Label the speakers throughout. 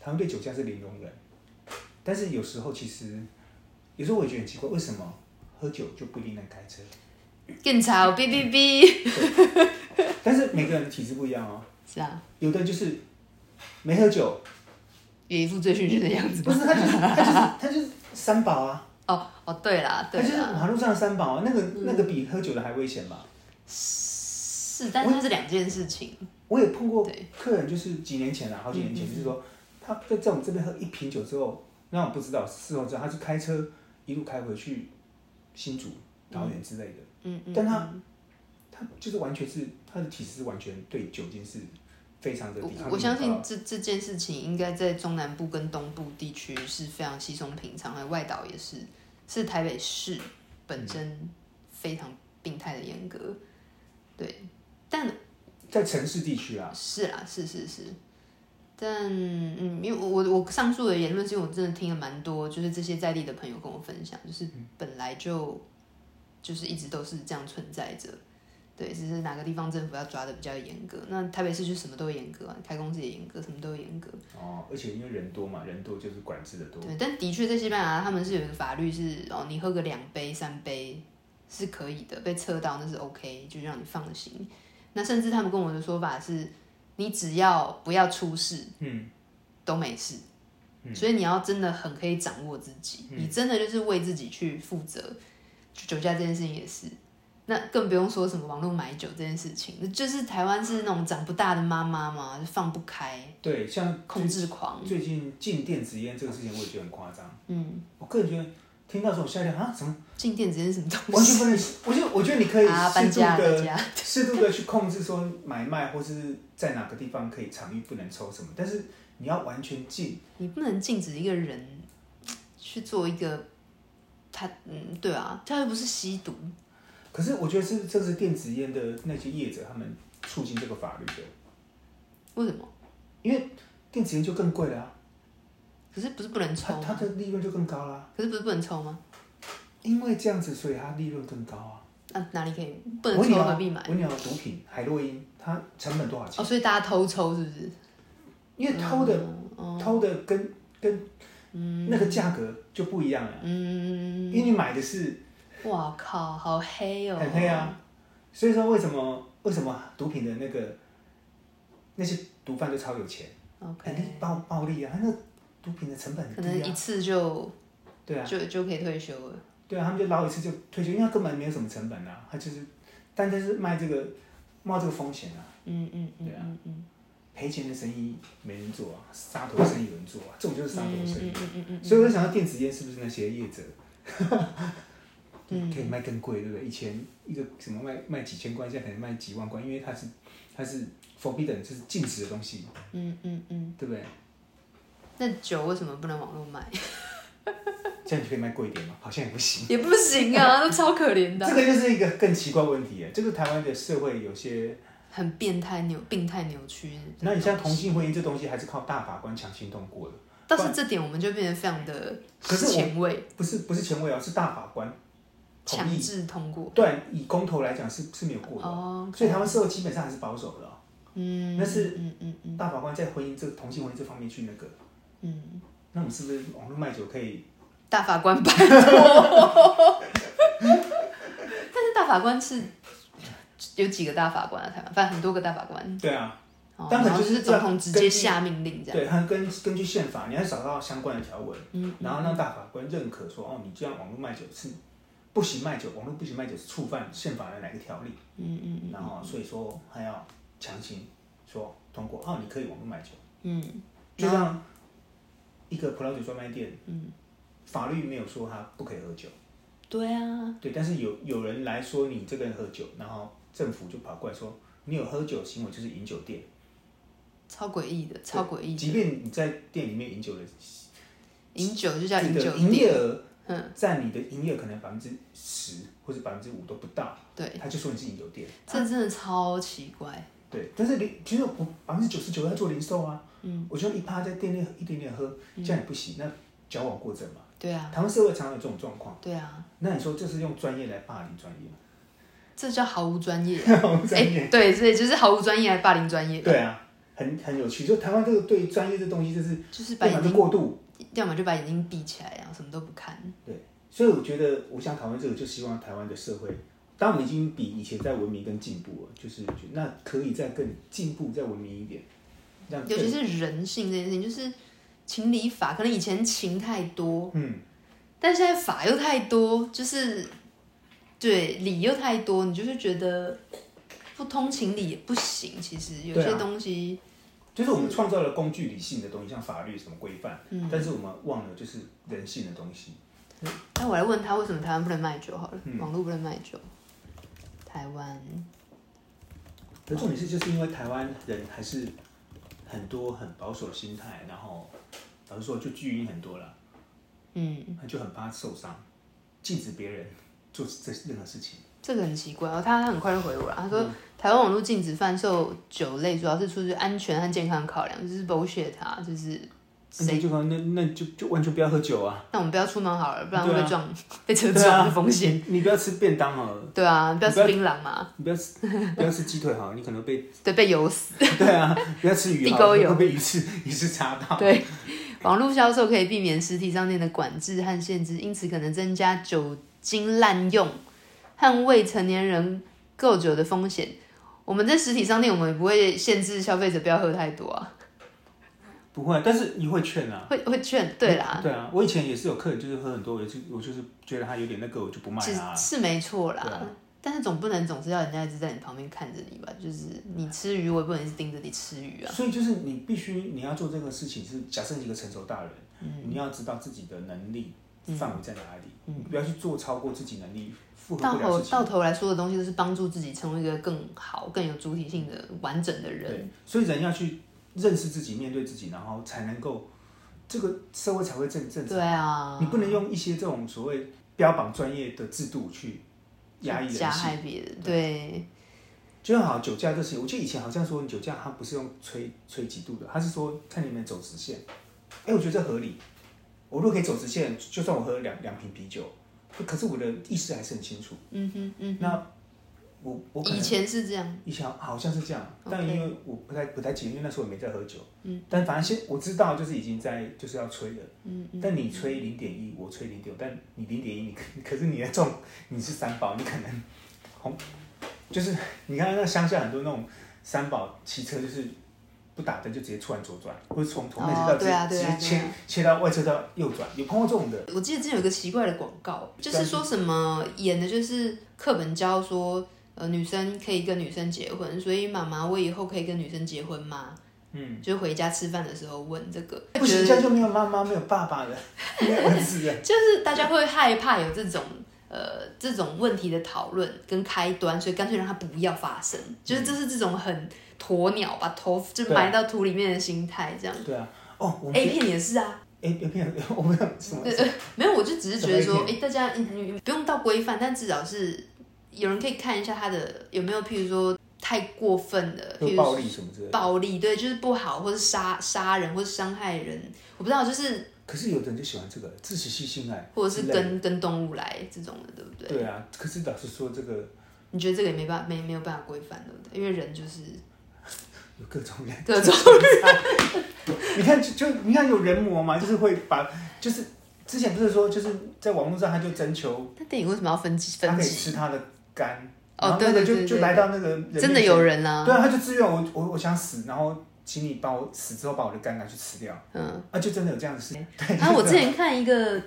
Speaker 1: 他们对酒驾是零容忍。但是有时候其实，有时候我也觉得很奇怪，为什么喝酒就不一定能开车？
Speaker 2: 更吵，哔哔哔，
Speaker 1: 但是每个人体质不一样哦，
Speaker 2: 是啊，
Speaker 1: 有的就是没喝酒，
Speaker 2: 有一副醉醺醺的样子
Speaker 1: 不
Speaker 2: 吗。
Speaker 1: 是他就是他就是他就是三宝啊，
Speaker 2: 哦哦，对啦，
Speaker 1: 他
Speaker 2: 对嗯
Speaker 1: 就是
Speaker 2: 啦，
Speaker 1: 马路上的三宝啊，那个那个比喝酒的还危险吧？
Speaker 2: 是，但是它是两件事情。
Speaker 1: 我也碰过
Speaker 2: 对嗯
Speaker 1: 客人，就是几年前啊，好几年前，就是说他在在我们这边喝一瓶酒之后，那我不知道事后知道他是开车一路开回去新竹、桃园之类的，
Speaker 2: 嗯嗯，
Speaker 1: 但他他就是完全是他的体质是完全对酒精是非常的
Speaker 2: 我
Speaker 1: 抵抗力
Speaker 2: 我相
Speaker 1: 很高
Speaker 2: 信这这件事情应该在中南部跟东部地区是非常稀松平常，还有外岛也是，是台北市本身非常病态的严格。对，但
Speaker 1: 在城市地区啊，
Speaker 2: 是啦，是是是，但嗯，因为我我我上述的言论，是因为我真的听了蛮多，就是这些在地的朋友跟我分享，就是本来就就是一直都是这样存在着，对，只是哪个地方政府要抓的比较严格。那台北市就什么都严格啊，开工资也严格，什么都严格。
Speaker 1: 哦，而且因为人多嘛，人多就是管制的多，
Speaker 2: 对，但的确在西班牙，他们是有一个法律是哦，你喝个两杯、三杯是可以的，被测到那是 OK，就让你放行。那甚至他们跟我的说法是，你只要不要出事，
Speaker 1: 嗯，
Speaker 2: 都没事。所以你要真的很可以掌握自己，
Speaker 1: 嗯
Speaker 2: 你真的就是为自己去负责。酒驾这件事情也是，那更不用说什么网络买酒这件事情，那就是台湾是那种长不大的妈妈嘛，就放不开，
Speaker 1: 对，像
Speaker 2: 控制狂。
Speaker 1: 最近禁电子烟这个事情，我也觉得很夸张。
Speaker 2: 嗯，
Speaker 1: 我个人觉得听到这种吓一跳啊，什么
Speaker 2: 进店这件什么东西？
Speaker 1: 完全不能，我就我觉得你可以
Speaker 2: 啊，搬
Speaker 1: 适度
Speaker 2: 家
Speaker 1: 的
Speaker 2: 搬家，
Speaker 1: 适度的去控制说买卖或是在哪个地方可以场域不能抽什么，但是你要完全禁，
Speaker 2: 你不能禁止一个人去做一个他嗯，对啊，他又不是吸毒，
Speaker 1: 可是我觉得是这是电子烟的那些业者他们促进这个法律的，
Speaker 2: 为什么？
Speaker 1: 电子烟就更贵了、啊，
Speaker 2: 可是不是不能抽
Speaker 1: 它它
Speaker 2: 吗？
Speaker 1: 的利润就更高啦、啊
Speaker 2: 可是不是不能抽吗？
Speaker 1: 因为这样子，所以它利润更高啊。
Speaker 2: 啊，哪里可以不
Speaker 1: 我
Speaker 2: 能
Speaker 1: 问你
Speaker 2: 抽
Speaker 1: 啊
Speaker 2: 何必买？
Speaker 1: 我问你啊，毒品海洛因它成本多少钱？
Speaker 2: 哦，所以大家偷抽是不是？哦
Speaker 1: 因为偷的、偷的跟跟那个价格就不一样了，
Speaker 2: 嗯，
Speaker 1: 因为你买的是
Speaker 2: 哇靠，好黑哦，
Speaker 1: 很黑啊。所以说为什么为什么毒品的那个那些毒贩都超有钱，哎肯定
Speaker 2: ，OK，
Speaker 1: 暴暴利啊，他那毒品的成本
Speaker 2: 可
Speaker 1: 很
Speaker 2: 能
Speaker 1: 低啊，
Speaker 2: 一次就
Speaker 1: 对啊，
Speaker 2: 就就可以退休了，
Speaker 1: 对啊，他们就捞一次就退休，因为他根本没有什么成本啊，他就是，但他是卖这个冒这个风险啊，
Speaker 2: 嗯嗯嗯
Speaker 1: 对啊
Speaker 2: 嗯嗯
Speaker 1: 赔钱的生意没人做啊，杀头生意有人做啊，这种就是杀头生意
Speaker 2: 嗯。嗯嗯
Speaker 1: 所以我就想到电子烟是不是那些业者，
Speaker 2: 嗯
Speaker 1: 可以卖更贵，对不对？以前一个什么卖卖几千块，现在可能卖几万块，因为它是它是 forbidden，就是禁止的东西，
Speaker 2: 嗯嗯嗯，
Speaker 1: 对不对？
Speaker 2: 那酒为什么不能网络买？
Speaker 1: 这样就可以卖贵一点嘛？好像也不行。
Speaker 2: 也不行 啊，那超可怜的
Speaker 1: 这
Speaker 2: 啊，
Speaker 1: 个就是一个更奇怪的问题耶，这个台湾的社会有些，
Speaker 2: 很变态扭病态扭曲。
Speaker 1: 那你像同性婚姻这东西还是靠大法官强行通过的，
Speaker 2: 倒是这点我们就变得非常的
Speaker 1: 可是我
Speaker 2: 前卫，
Speaker 1: 不是不是前卫哦，是大法官同
Speaker 2: 强
Speaker 1: 意。
Speaker 2: 制通过。
Speaker 1: 对，以公投来讲是是没有过的哦，
Speaker 2: 哦，
Speaker 1: 所以台湾社会基本上还是保守的哦。
Speaker 2: 嗯，
Speaker 1: 那是
Speaker 2: 嗯嗯嗯
Speaker 1: 大法官在婚姻这同性婚姻这方面去那个，
Speaker 2: 嗯，
Speaker 1: 那我们是不是网络卖酒可以？
Speaker 2: 大法官拜 托。但是大法官是有几个大法官啊？台湾，反正很多个大法官。
Speaker 1: 对啊，
Speaker 2: 哦
Speaker 1: 当然
Speaker 2: 然后
Speaker 1: 就是
Speaker 2: 是
Speaker 1: 这
Speaker 2: 总
Speaker 1: 样
Speaker 2: 统直接下命令这样。
Speaker 1: 对，它根根据宪法，你要找到相关的条文，
Speaker 2: 嗯，
Speaker 1: 然后让大法官认可说，哦，你这样网络卖酒是不行卖酒，网络不行卖酒是触犯宪法的哪个条例？
Speaker 2: 嗯嗯
Speaker 1: 然后所以说还要强行说通过，哦，你可以网络卖酒，
Speaker 2: 嗯，
Speaker 1: 就像一个葡萄酒专卖店，嗯，法律没有说他不可以喝酒，
Speaker 2: 对啊，
Speaker 1: 对，但是有有人来说你这个人喝酒，然后政府就跑过来说你有喝酒行为就是饮酒店，
Speaker 2: 超诡异的，超诡异的。
Speaker 1: 即便你在店里面饮酒的，
Speaker 2: 饮酒就叫
Speaker 1: 你
Speaker 2: 饮
Speaker 1: 的
Speaker 2: 酒
Speaker 1: 营业
Speaker 2: 店，
Speaker 1: 额
Speaker 2: 嗯，
Speaker 1: 占你的营业额可能百分之十或者百分之五都不到，
Speaker 2: 对，
Speaker 1: 他就说你是饮酒店。
Speaker 2: 这真的超奇怪。
Speaker 1: 对，但是零其实我百分之九十九要做零售啊，嗯，我就一趴在店内一点点喝，这样也不行，那矫枉过正嘛。
Speaker 2: 嗯对啊，
Speaker 1: 台湾社会常常有这种状况，
Speaker 2: 对啊，
Speaker 1: 那你说这是用专业来霸凌专业吗？
Speaker 2: 这叫毫无专业。
Speaker 1: 用专业，
Speaker 2: 对，所以就是毫无专业还霸凌专业。
Speaker 1: 对啊，很很有趣，就台湾这个对专业这东西，就是
Speaker 2: 就是把
Speaker 1: 要么
Speaker 2: 眼
Speaker 1: 就
Speaker 2: 睛，
Speaker 1: 过度，
Speaker 2: 要么就把眼睛闭起来，然后什么都不看。
Speaker 1: 所以我觉得我想讨论这个，就希望台湾的社会，当我们已经比以前在文明跟进步了，就是那可以再更进步、再文明一点，让
Speaker 2: 尤
Speaker 1: 更
Speaker 2: 其是人性这件事情，就是情理法，可能以前情太多，
Speaker 1: 嗯，
Speaker 2: 但现在法又太多，就是对理又太多，你就是觉得不通情理也不行。其实有
Speaker 1: 对啊
Speaker 2: 些东西，
Speaker 1: 就是我
Speaker 2: 嗯
Speaker 1: 们创造了工具理性的东西，像法律什么规范，但是我们忘了就是人性的东西。
Speaker 2: 那我来问他为什么台湾不能卖酒好了，
Speaker 1: 嗯
Speaker 2: 网络不能卖酒，台湾嗯
Speaker 1: 可重点是，就是因为台湾人还是很多很保守的心态，然后老实说就拘泥很多了，
Speaker 2: 嗯，
Speaker 1: 就很怕受伤，禁止别人做这任何事情。
Speaker 2: 这个很奇怪哦，他他很快就回我了，他
Speaker 1: 嗯
Speaker 2: 说、台湾网络禁止贩售酒类，主要是出于安全和健康考量，就是 bullshit 啊，就是谁
Speaker 1: 那就那那就就完全不要喝酒啊！
Speaker 2: 那我们不要出门好了，不然
Speaker 1: 对啊
Speaker 2: 会被撞、 被车
Speaker 1: 对啊
Speaker 2: 撞的风险。
Speaker 1: 你不要吃便当哦，
Speaker 2: 对啊，不要
Speaker 1: 你
Speaker 2: 吃槟榔嘛，
Speaker 1: 你不要吃不要吃鸡腿哈，你可能 被
Speaker 2: 对，被油死。
Speaker 1: 对啊，不要吃鱼
Speaker 2: 地
Speaker 1: 哈，
Speaker 2: 沟油
Speaker 1: 会被鱼 刺鱼刺插到。
Speaker 2: 对，网络销售可以避免实体商店的管制和限制，因此可能增加酒精滥用和未成年人购酒的风险。我们在实体商店，我们也不会限制消费者不要喝太多啊，
Speaker 1: 不会，但是你会劝啊。
Speaker 2: 会会劝，对啦，
Speaker 1: 对啊，我以前也是有客人就是喝很多，我就我就是觉得他有点那个，我就不卖啊
Speaker 2: 其实
Speaker 1: 他。
Speaker 2: 是没错啦。
Speaker 1: 对啊
Speaker 2: 但是总不能总是要人家一直在你旁边看着你吧？就是你吃鱼，我也不能一直盯着你吃鱼啊。
Speaker 1: 所以就是你必须你要做这个事情是，假设你是一个成熟大人，
Speaker 2: 嗯
Speaker 1: 你要知道自己的能力范围在哪里，你不要去做超过自己能力负荷
Speaker 2: 到
Speaker 1: 不了的
Speaker 2: 头
Speaker 1: 事情。
Speaker 2: 到头来嗯说的东西都是帮助自己成为一个更好、更有主体性的完整的人。
Speaker 1: 对，所以人要去认识自己，面对自己，然后才能够这个社会才会正正常。
Speaker 2: 对啊，
Speaker 1: 你不能用一些这种所谓标榜专业的制度去压抑
Speaker 2: 加
Speaker 1: 人性。
Speaker 2: 害别人，对，
Speaker 1: 就像好酒驾这事情，我记得以前好像说你酒驾，它不是用吹吹几度的，它是说看你们走直线。哎、我觉得这合理。我如果可以走直线，就算我喝两两瓶啤酒，可是我的意识还是很清楚。
Speaker 2: 嗯哼嗯
Speaker 1: 我我
Speaker 2: 哼，
Speaker 1: 可能
Speaker 2: 以前是这样，
Speaker 1: 以前好像是这样，
Speaker 2: OK
Speaker 1: 但因为我不太不太记得，因为那时候我没在喝酒。嗯，但反正现我知道就是已经在就是要吹了。
Speaker 2: 嗯嗯，
Speaker 1: 但你吹零点一，我吹零点五，但你零点一，你可 可是你的中你是三宝，你可能红，就是你看那乡下很多那种三宝骑车就是不打灯就直接突然左转，或者从从内车道
Speaker 2: 哦
Speaker 1: 直
Speaker 2: 对
Speaker 1: 接、
Speaker 2: 啊
Speaker 1: 直
Speaker 2: 对啊
Speaker 1: 接切、
Speaker 2: 对啊
Speaker 1: 切到外车道右转，有碰过这种的，
Speaker 2: 我记得之前有一个奇怪的广告，就
Speaker 1: 但
Speaker 2: 是说什么演的就是课本教说，呃，女生可以跟女生结婚，所以妈妈，我以后可以跟女生结婚吗？嗯，就回家吃饭的时候问这个，
Speaker 1: 不行，这样就没有妈妈，没有爸爸了， 没有儿子了。
Speaker 2: 就是大家会害怕有这种呃这种问题的讨论跟开端，所以干脆让它不要发生。就是这是这种很鸵鸟把头就
Speaker 1: 对啊
Speaker 2: 埋到土里面的心态，这样。
Speaker 1: 对啊，哦，我们
Speaker 2: A 片也是啊，
Speaker 1: 哎有没有我们有什么
Speaker 2: 对？对，没有，我就只是觉得
Speaker 1: 什
Speaker 2: 说，
Speaker 1: 么 A
Speaker 2: 哎、大家你你不用到规范，但至少是有人可以看一下他的有没有，譬如说太过分的，
Speaker 1: 有
Speaker 2: 譬
Speaker 1: 呃
Speaker 2: 如
Speaker 1: 暴力什么之类的。
Speaker 2: 暴力，对，就是不好，或是杀杀人，或是伤害人，我不知道，就是
Speaker 1: 可是有的人就喜欢这个自食性性爱，
Speaker 2: 或者是
Speaker 1: 之类的
Speaker 2: 跟跟动物来这种的，对不对？
Speaker 1: 对啊。可是老实说，这个
Speaker 2: 你觉得这个也没办法，没没有办法规范，对不对？因为人就是
Speaker 1: 有各种 人。
Speaker 2: 各种，
Speaker 1: 你看，就就你看有人魔嘛，就是会把，就是之前不是说，就是在网络上他就征求
Speaker 2: 那电影为什么要分级
Speaker 1: 他
Speaker 2: 分
Speaker 1: 可以
Speaker 2: 级？
Speaker 1: 吃他的肝，
Speaker 2: 哦
Speaker 1: 然后那个
Speaker 2: 对对
Speaker 1: 就
Speaker 2: 对
Speaker 1: 就
Speaker 2: 对
Speaker 1: 来到那个人
Speaker 2: 真的
Speaker 1: 面前
Speaker 2: 有人啦、
Speaker 1: 对啊，他就自愿我我我想死，然后请你把我死之后把我的肝拿去吃掉，
Speaker 2: 嗯，
Speaker 1: 啊，就真的有这样的事，对，
Speaker 2: 啊，我
Speaker 1: 就
Speaker 2: 之
Speaker 1: 是
Speaker 2: 前看一个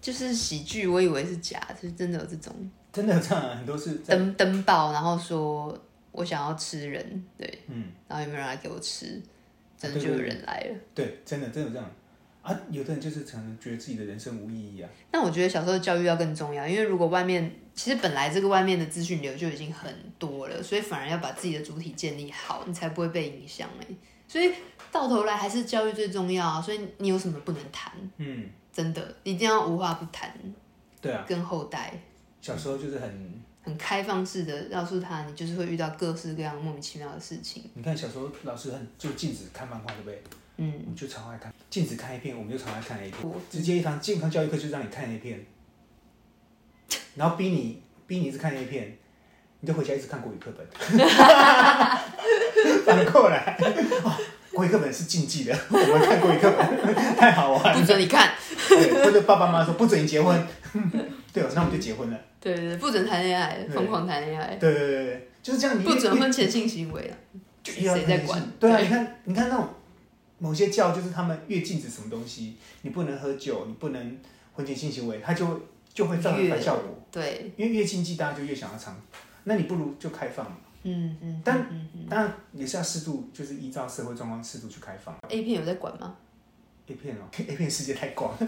Speaker 2: 就是喜剧，我以为是假，就是真的有这种
Speaker 1: 真的有这样的很多是在
Speaker 2: 登登报，然后说我想要吃人，对，
Speaker 1: 嗯，啊
Speaker 2: 然后有没有人来给我吃？真的
Speaker 1: 对
Speaker 2: 就有
Speaker 1: 对
Speaker 2: 人来了。
Speaker 1: 对，真的真的有这样啊，有的人就是可能觉得自己的人生无意义啊，
Speaker 2: 但我觉得小时候教育要更重要，因为如果外面其实本来这个外面的资讯流就已经很多了，所以反而要把自己的主体建立好，你才不会被影响哎、所以到头来还是教育最重要啊。所以你有什么不能谈？
Speaker 1: 嗯，
Speaker 2: 真的一定要无话不谈，
Speaker 1: 对啊，嗯
Speaker 2: 跟后代
Speaker 1: 小时候就是很
Speaker 2: 很开放式的告诉他，你就是会遇到各式各样莫名其妙的事情。
Speaker 1: 你看小时候老师很就禁止看漫画，对不对？
Speaker 2: 嗯，
Speaker 1: 我们就超爱看，禁止看 A 片，我们就超爱看 A 片
Speaker 2: 我。
Speaker 1: 直接一堂健康教育课就让你看 A 片，然后逼 你逼你一直看 A 片，你就回家一直看国语课本。反过来，哦，国语课本是禁忌的，我们看国语课 本太好玩
Speaker 2: 不
Speaker 1: 了。
Speaker 2: 准你看，
Speaker 1: 对，或者爸爸妈妈说不准你结婚， 对哦，那我们就结婚了。
Speaker 2: 对对对，不准谈恋爱，
Speaker 1: 对
Speaker 2: 疯狂谈恋爱，
Speaker 1: 对对对对，就是这样。你
Speaker 2: 不准婚前性行 为啊，
Speaker 1: 就也有
Speaker 2: 谁
Speaker 1: 可能
Speaker 2: 在管
Speaker 1: 是对啊，
Speaker 2: 对
Speaker 1: 你看，你看那种某些教，就是他们越禁止什么东西，你不能喝酒，你不能婚前性行为，它就就会造成
Speaker 2: 越
Speaker 1: 反效果。
Speaker 2: 对，
Speaker 1: 因为越禁忌，大家就越想要尝。那你不如就开放嘛，
Speaker 2: 嗯嗯，
Speaker 1: 但
Speaker 2: 嗯嗯
Speaker 1: 当然也是要适度，就是依照社会状况适度去开放。
Speaker 2: A 哎片有在管吗？
Speaker 1: A 片哦，A 片世界太广，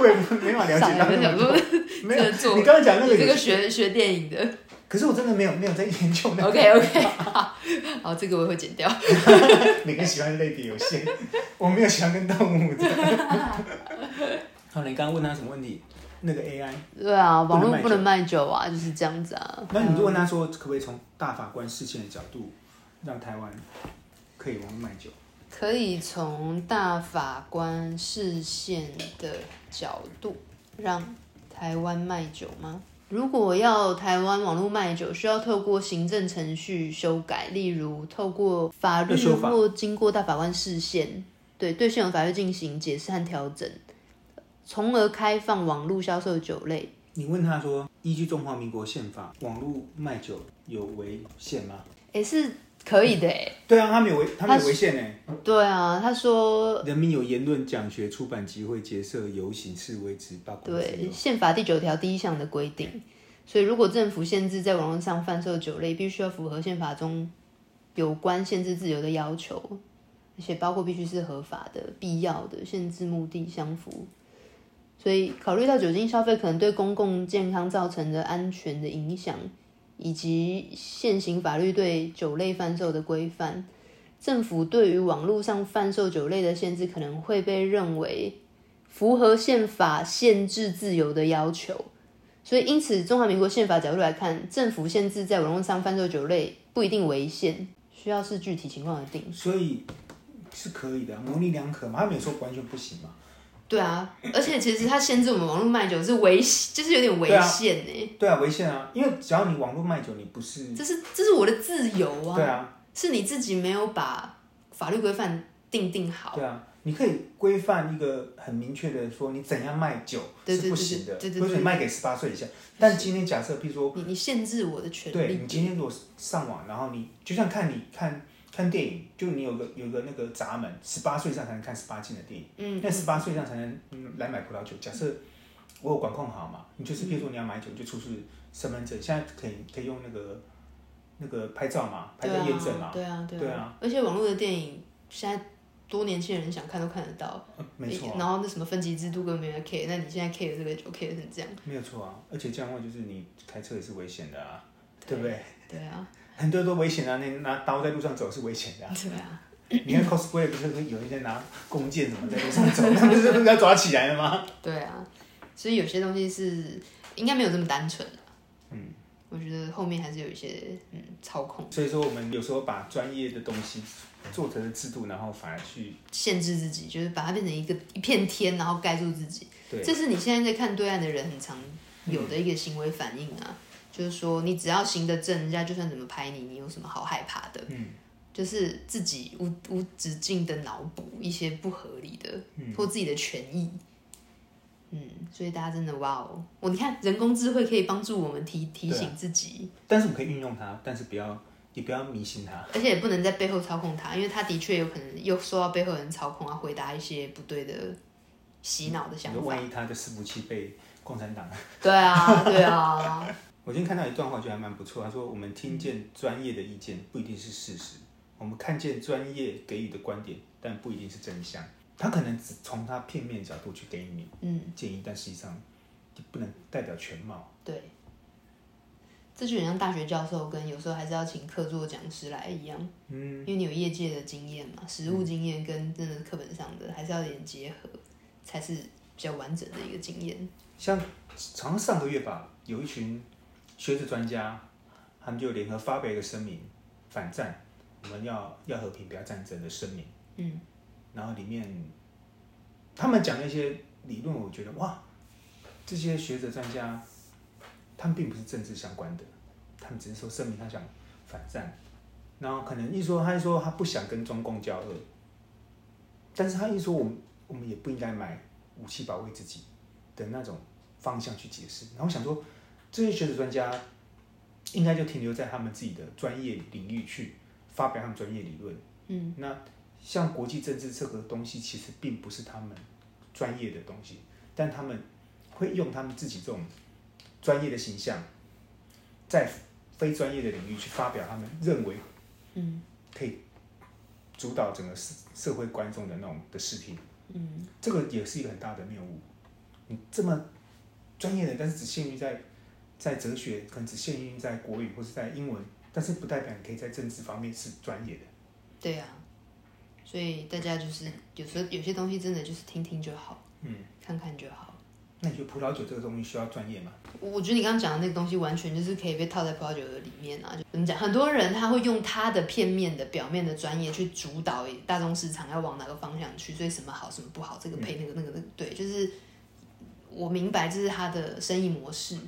Speaker 1: 我也不没法了解到那
Speaker 2: 想
Speaker 1: 么多。
Speaker 2: 说
Speaker 1: 没有，
Speaker 2: 这做
Speaker 1: 你刚刚讲那个
Speaker 2: 你这
Speaker 1: 有
Speaker 2: 个学学电影的
Speaker 1: 可是我真的没有没有在研究那个。
Speaker 2: ，OK OK，好，这个我会剪掉。
Speaker 1: 每个人喜欢的类别有限， 我没有喜欢跟动物的。好，你刚刚问他什么问题？那个 AI，
Speaker 2: 对啊，
Speaker 1: 不能
Speaker 2: 网络
Speaker 1: 卖
Speaker 2: 不能卖酒啊，就是这样子啊。
Speaker 1: 那你就问他说，可不可以从大法官视线的角度，让台湾可以网络卖酒？
Speaker 2: 可以从大法官视线的角度，让台湾卖酒吗？如果要台湾网络卖酒，需要透过行政程序修改，例如透过法律
Speaker 1: 要修法
Speaker 2: 或经过大法官视线，对对现有法律进行解释和调整，从而开放网络销售酒类。
Speaker 1: 你问他说，依据中华民国宪法，网络卖酒有违宪吗？
Speaker 2: 也是可以的诶、
Speaker 1: 对啊，他没有违，他没有违宪呢。
Speaker 2: 对啊，他说
Speaker 1: 人民有言论、讲学、出版、集会、结社、游行、示威、直罢工自由
Speaker 2: 对，宪法第九条第一项的规定，所以如果政府限制在网络上贩售酒类，必须要符合宪法中有关限制自由的要求，而且包括必须是合法的、必要的、限制目的相符。所以，考虑到酒精消费可能对公共健康造成的安全的影响，以及现行法律对酒类贩售的规范，政府对于网络上贩售酒类的限制可能会被认为符合宪法限制自由的要求。所以，因此，中华民国宪法角度来看，政府限制在网络上贩售酒类不一定违宪，需要视具体情况而定。
Speaker 1: 所以是可以的啊，模棱两可嘛，他没有说完全不行嘛。
Speaker 2: 对啊，而且其实它限制我们网络卖酒是违，就是有点违宪呢、欸
Speaker 1: 对啊，违宪啊，因为只要你网络卖酒，你不是
Speaker 2: 这是这是我的自由啊，
Speaker 1: 对啊，
Speaker 2: 是你自己没有把法律规范定定好。
Speaker 1: 对啊，你可以规范一个很明确的说，你怎样卖酒
Speaker 2: 对对
Speaker 1: 是不行的，
Speaker 2: 对对对对
Speaker 1: 或者你卖给十八岁以下。但今天假设，譬如说，
Speaker 2: 你你限制我的权
Speaker 1: 对
Speaker 2: 利
Speaker 1: 你，今天如果上网，然后你就像看你看看电影，就你有个有个那个闸门，十八岁以上才能看十八禁的电影，
Speaker 2: 嗯，
Speaker 1: 那十八岁以上才能、嗯、来买葡萄酒。假设我有管控好嘛，你就是譬如说
Speaker 2: 嗯
Speaker 1: 你要买酒，你就出示身份证，现在可以可以用那个那个拍照嘛，拍照验证嘛，
Speaker 2: 对啊，对啊，
Speaker 1: 对啊
Speaker 2: 而且网络的电影现在多年轻人想看都看得到，哎
Speaker 1: 嗯没错啊、
Speaker 2: 然后那什么分级制度根本没人 care，那你现在 care 这个就 care 成这样，
Speaker 1: 没有错啊，而且这样的话就是你开车也是危险的啊，对不对？
Speaker 2: 对 啊，
Speaker 1: 很多都危险啊，那拿刀在路上走是危险的、 啊。
Speaker 2: 对啊，
Speaker 1: 你看 cosplay 不是会有人在拿弓箭什么在路上走， 那不是不是要抓起来了吗？
Speaker 2: 对啊，所以有些东西是应该没有这么单纯的，
Speaker 1: 嗯，
Speaker 2: 我觉得后面还是有一些嗯操控、
Speaker 1: 所以说我们有时候把专业的东西做成制度，然后反而去
Speaker 2: 限制自己，就是把它变成一个一片天，然后盖住自己，
Speaker 1: 对
Speaker 2: 这是你现在在看对岸的人很常有的一个行为反应啊，就是说你只要行得正，人家就算怎么拍你，你有什么好害怕的？
Speaker 1: 嗯，
Speaker 2: 就是自己无无止境的脑补一些不合理的，或自己的权益。嗯，所以大家真的哇哦！我你看，人工智慧可以帮助我们提提
Speaker 1: 对啊
Speaker 2: 醒自己，
Speaker 1: 但是我们可以运用它，但是不要也不要迷信它。
Speaker 2: 而且也不能在背后操控它，因为它的确有可能又受到背后人操控，啊，回答一些不对的洗脑的想
Speaker 1: 你说
Speaker 2: 法。
Speaker 1: 万一他的伺服器被共产党，
Speaker 2: 对啊，对啊，
Speaker 1: 我今天看到一段话，觉得还蛮不错。他说：“我们听见专业的意见不一定是事实，我们看见专业给予的观点，但不一定是真相。他可能只从他片面角度去给你
Speaker 2: 嗯，
Speaker 1: 建议，但实际上也不能代表全貌。
Speaker 2: 对。这就很像大学教授跟有时候还是要请客座讲师来一样。
Speaker 1: 嗯，
Speaker 2: 因为你有业界的经验嘛，实务经验跟真的课本上的还是要有点结合，才是比较完整的一个经验。
Speaker 1: 像好像上个月吧，有一群学者专家，他们就联合发表一个声明，反战，我们要要和平，不要战争的声明。
Speaker 2: 嗯，
Speaker 1: 然后里面他们讲那些理论，我觉得哇，这些学者专家，他们并不是政治相关的，他们只是说声明他想反战，然后可能一说，他就说他不想跟中共交恶，但是他一说我们我们也不应该买武器保卫自己的那种方向去解释。然后我想说，这些学者专家应该就停留在他们自己的专业领域去发表他们专业理论。嗯，那像国际政治这个东西，其实并不是他们专业的东西，但他们会用他们自己这种专业的形象，在非专业的领域去发表他们认为
Speaker 2: 嗯
Speaker 1: 可以主导整个社社会观众的那种的视听，
Speaker 2: 嗯
Speaker 1: 这个也是一个很大的谬误。你这么专业的，但是只限于在在哲学，可能只限于在国语或是在英文，但是不代表你可以在政治方面是专业的。
Speaker 2: 对啊，所以大家就是有时候有些东西真的就是听听就好，
Speaker 1: 嗯，
Speaker 2: 看看就好。
Speaker 1: 那你觉得葡萄酒这个东西需要专业吗？
Speaker 2: 我我觉得你刚刚讲的那个东西，完全就是可以被套在葡萄酒的里面啊。就怎么讲，很多人他会用他的片面的、表面的专业去主导大众市场要往哪个方向去，所以什么好，什么不好，这个配那个那个那个，对，就是我明白这是他的生意模式，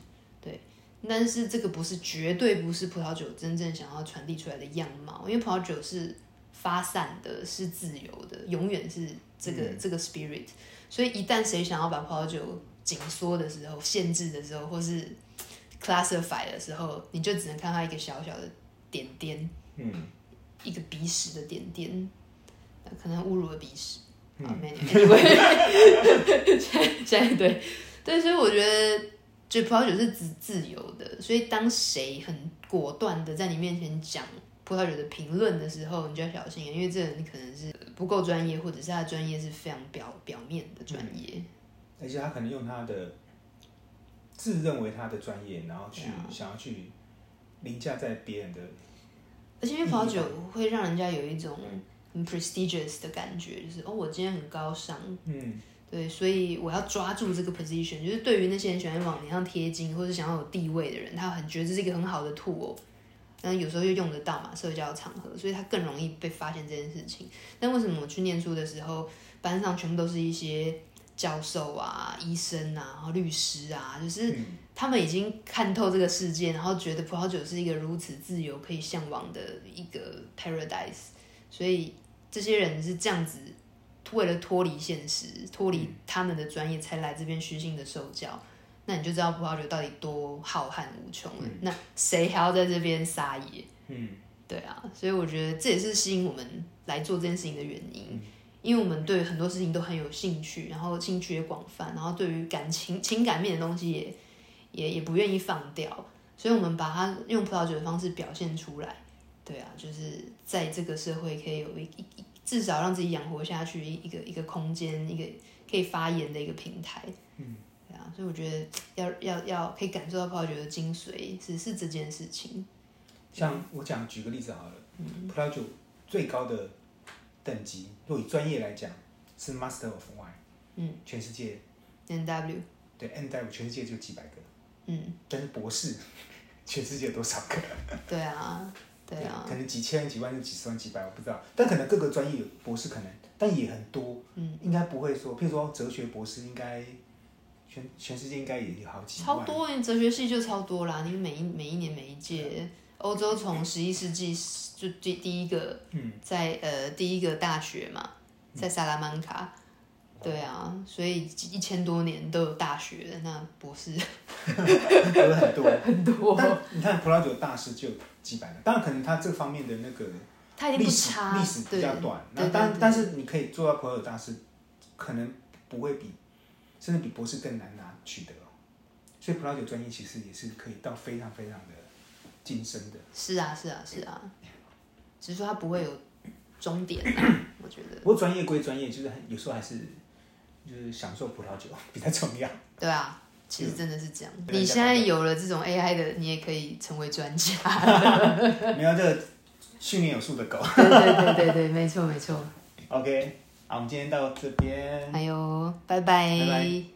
Speaker 2: 对。但是这个不是，绝对不是葡萄酒真正想要传递出来的样貌，因为葡萄酒是发散的，是自由的，永远是这个、这个 spirit。所以一旦谁想要把葡萄酒紧缩的时候、限制的时候，或是 classify 的时候，你就只能看到一个小小的点点，
Speaker 1: 嗯，
Speaker 2: 一个鼻屎的点点，呃可能侮辱了鼻屎。啊、没有，anyway，现 在现在对对，所以我觉得，就葡萄酒是自自由的，所以当谁很果断的在你面前讲葡萄酒的评论的时候，你就要小心了，因为这个人可能是不够专业，或者是他的专业是非常表表面的专业。
Speaker 1: 而且他可能用他的自认为他的专业，然后去、
Speaker 2: 对啊
Speaker 1: 想要去凌驾在别人的，
Speaker 2: 而且因为葡萄酒会让人家有一种很 prestigious 的感觉，就是哦，我今天很高尚，
Speaker 1: 嗯
Speaker 2: 对，所以我要抓住这个 position，就是对于那些人喜欢往脸上贴金或者想要有地位的人，他很觉得这是一个很好的 tool，但有时候又用得到嘛，社交场合，所以他更容易被发现这件事情。但为什么我去念书的时候，班上全部都是一些教授啊、医生啊、然后律师啊，就是
Speaker 1: 嗯
Speaker 2: 他们已经看透这个世界，然后觉得葡萄酒是一个如此自由、可以向往的一个 paradise，所以这些人是这样子，为了脱离现实、脱离他们的专业，才来这边虚心的受教。那你就知道葡萄酒到底多浩瀚无穷了。那谁还要在这边撒野？
Speaker 1: 嗯，
Speaker 2: 对啊，所以我觉得这也是吸引我们来做这件事情的原因，因为我们对很多事情都很有兴趣，然后兴趣也广泛，然后对于感情情感面的东西也也也不愿意放掉，所以我们把它用葡萄酒的方式表现出来。对啊，就是在这个社会可以有一一一至少让自己养活下去一一个一个空间，一个可以发言的一个平台。嗯，对啊，所以我觉得要要要可以感受到葡萄酒的精髓，只是这件事情。
Speaker 1: 像我讲举个例子好了，
Speaker 2: 嗯
Speaker 1: 葡萄酒最高的等级，若以专业来讲是 Master of Wine，
Speaker 2: 嗯，
Speaker 1: 全世界
Speaker 2: N W，
Speaker 1: 对 N d 全世界就几百个，
Speaker 2: 嗯。
Speaker 1: 但是博士 全世界有多少个？
Speaker 2: 对啊，对啊，
Speaker 1: 可能几千、几万、几十万、几百，我不知道。但可能各个专业有博士可能，但也很多，
Speaker 2: 嗯，
Speaker 1: 应该不会说，譬如说哲学博士应该全全世界应该也有好几万，
Speaker 2: 超多，你哲学系就超多啦。你每一每一年每一
Speaker 1: 啊
Speaker 2: 届，欧洲从十一世纪就第第一个
Speaker 1: 嗯，
Speaker 2: 在呃第一个大学嘛，在萨拉曼卡。对啊，所以一千多年都有大学，那博 士
Speaker 1: 有很多。
Speaker 2: 很多，
Speaker 1: 但你看葡萄酒大师就有几百个，当然可能他这方面的那个。
Speaker 2: 他一定
Speaker 1: 历
Speaker 2: 不
Speaker 1: 史
Speaker 2: 差，
Speaker 1: 历史比
Speaker 2: 对
Speaker 1: 较短。
Speaker 2: 对
Speaker 1: 那
Speaker 2: 对
Speaker 1: 但
Speaker 2: 对
Speaker 1: 但是你可以做到普洱大师，可能不会比，甚至比博士更难拿取得哦。所以葡萄酒专业其实也是可以到非常非常的晋升的。
Speaker 2: 是啊是啊是啊，只是说他不会有终点 啊，我觉得，
Speaker 1: 不过专业归专业，就是很有时候还是就是享受葡萄酒 比较重要。
Speaker 2: 对啊。其实真的是这样，
Speaker 1: 对
Speaker 2: 你现在有了这种 AI 的，你也可以成为专家。
Speaker 1: 没有这个训练有素的狗。
Speaker 2: 对对对对对，没错没错。
Speaker 1: OK，好，我们今天到这边。
Speaker 2: 还有，拜
Speaker 1: 拜拜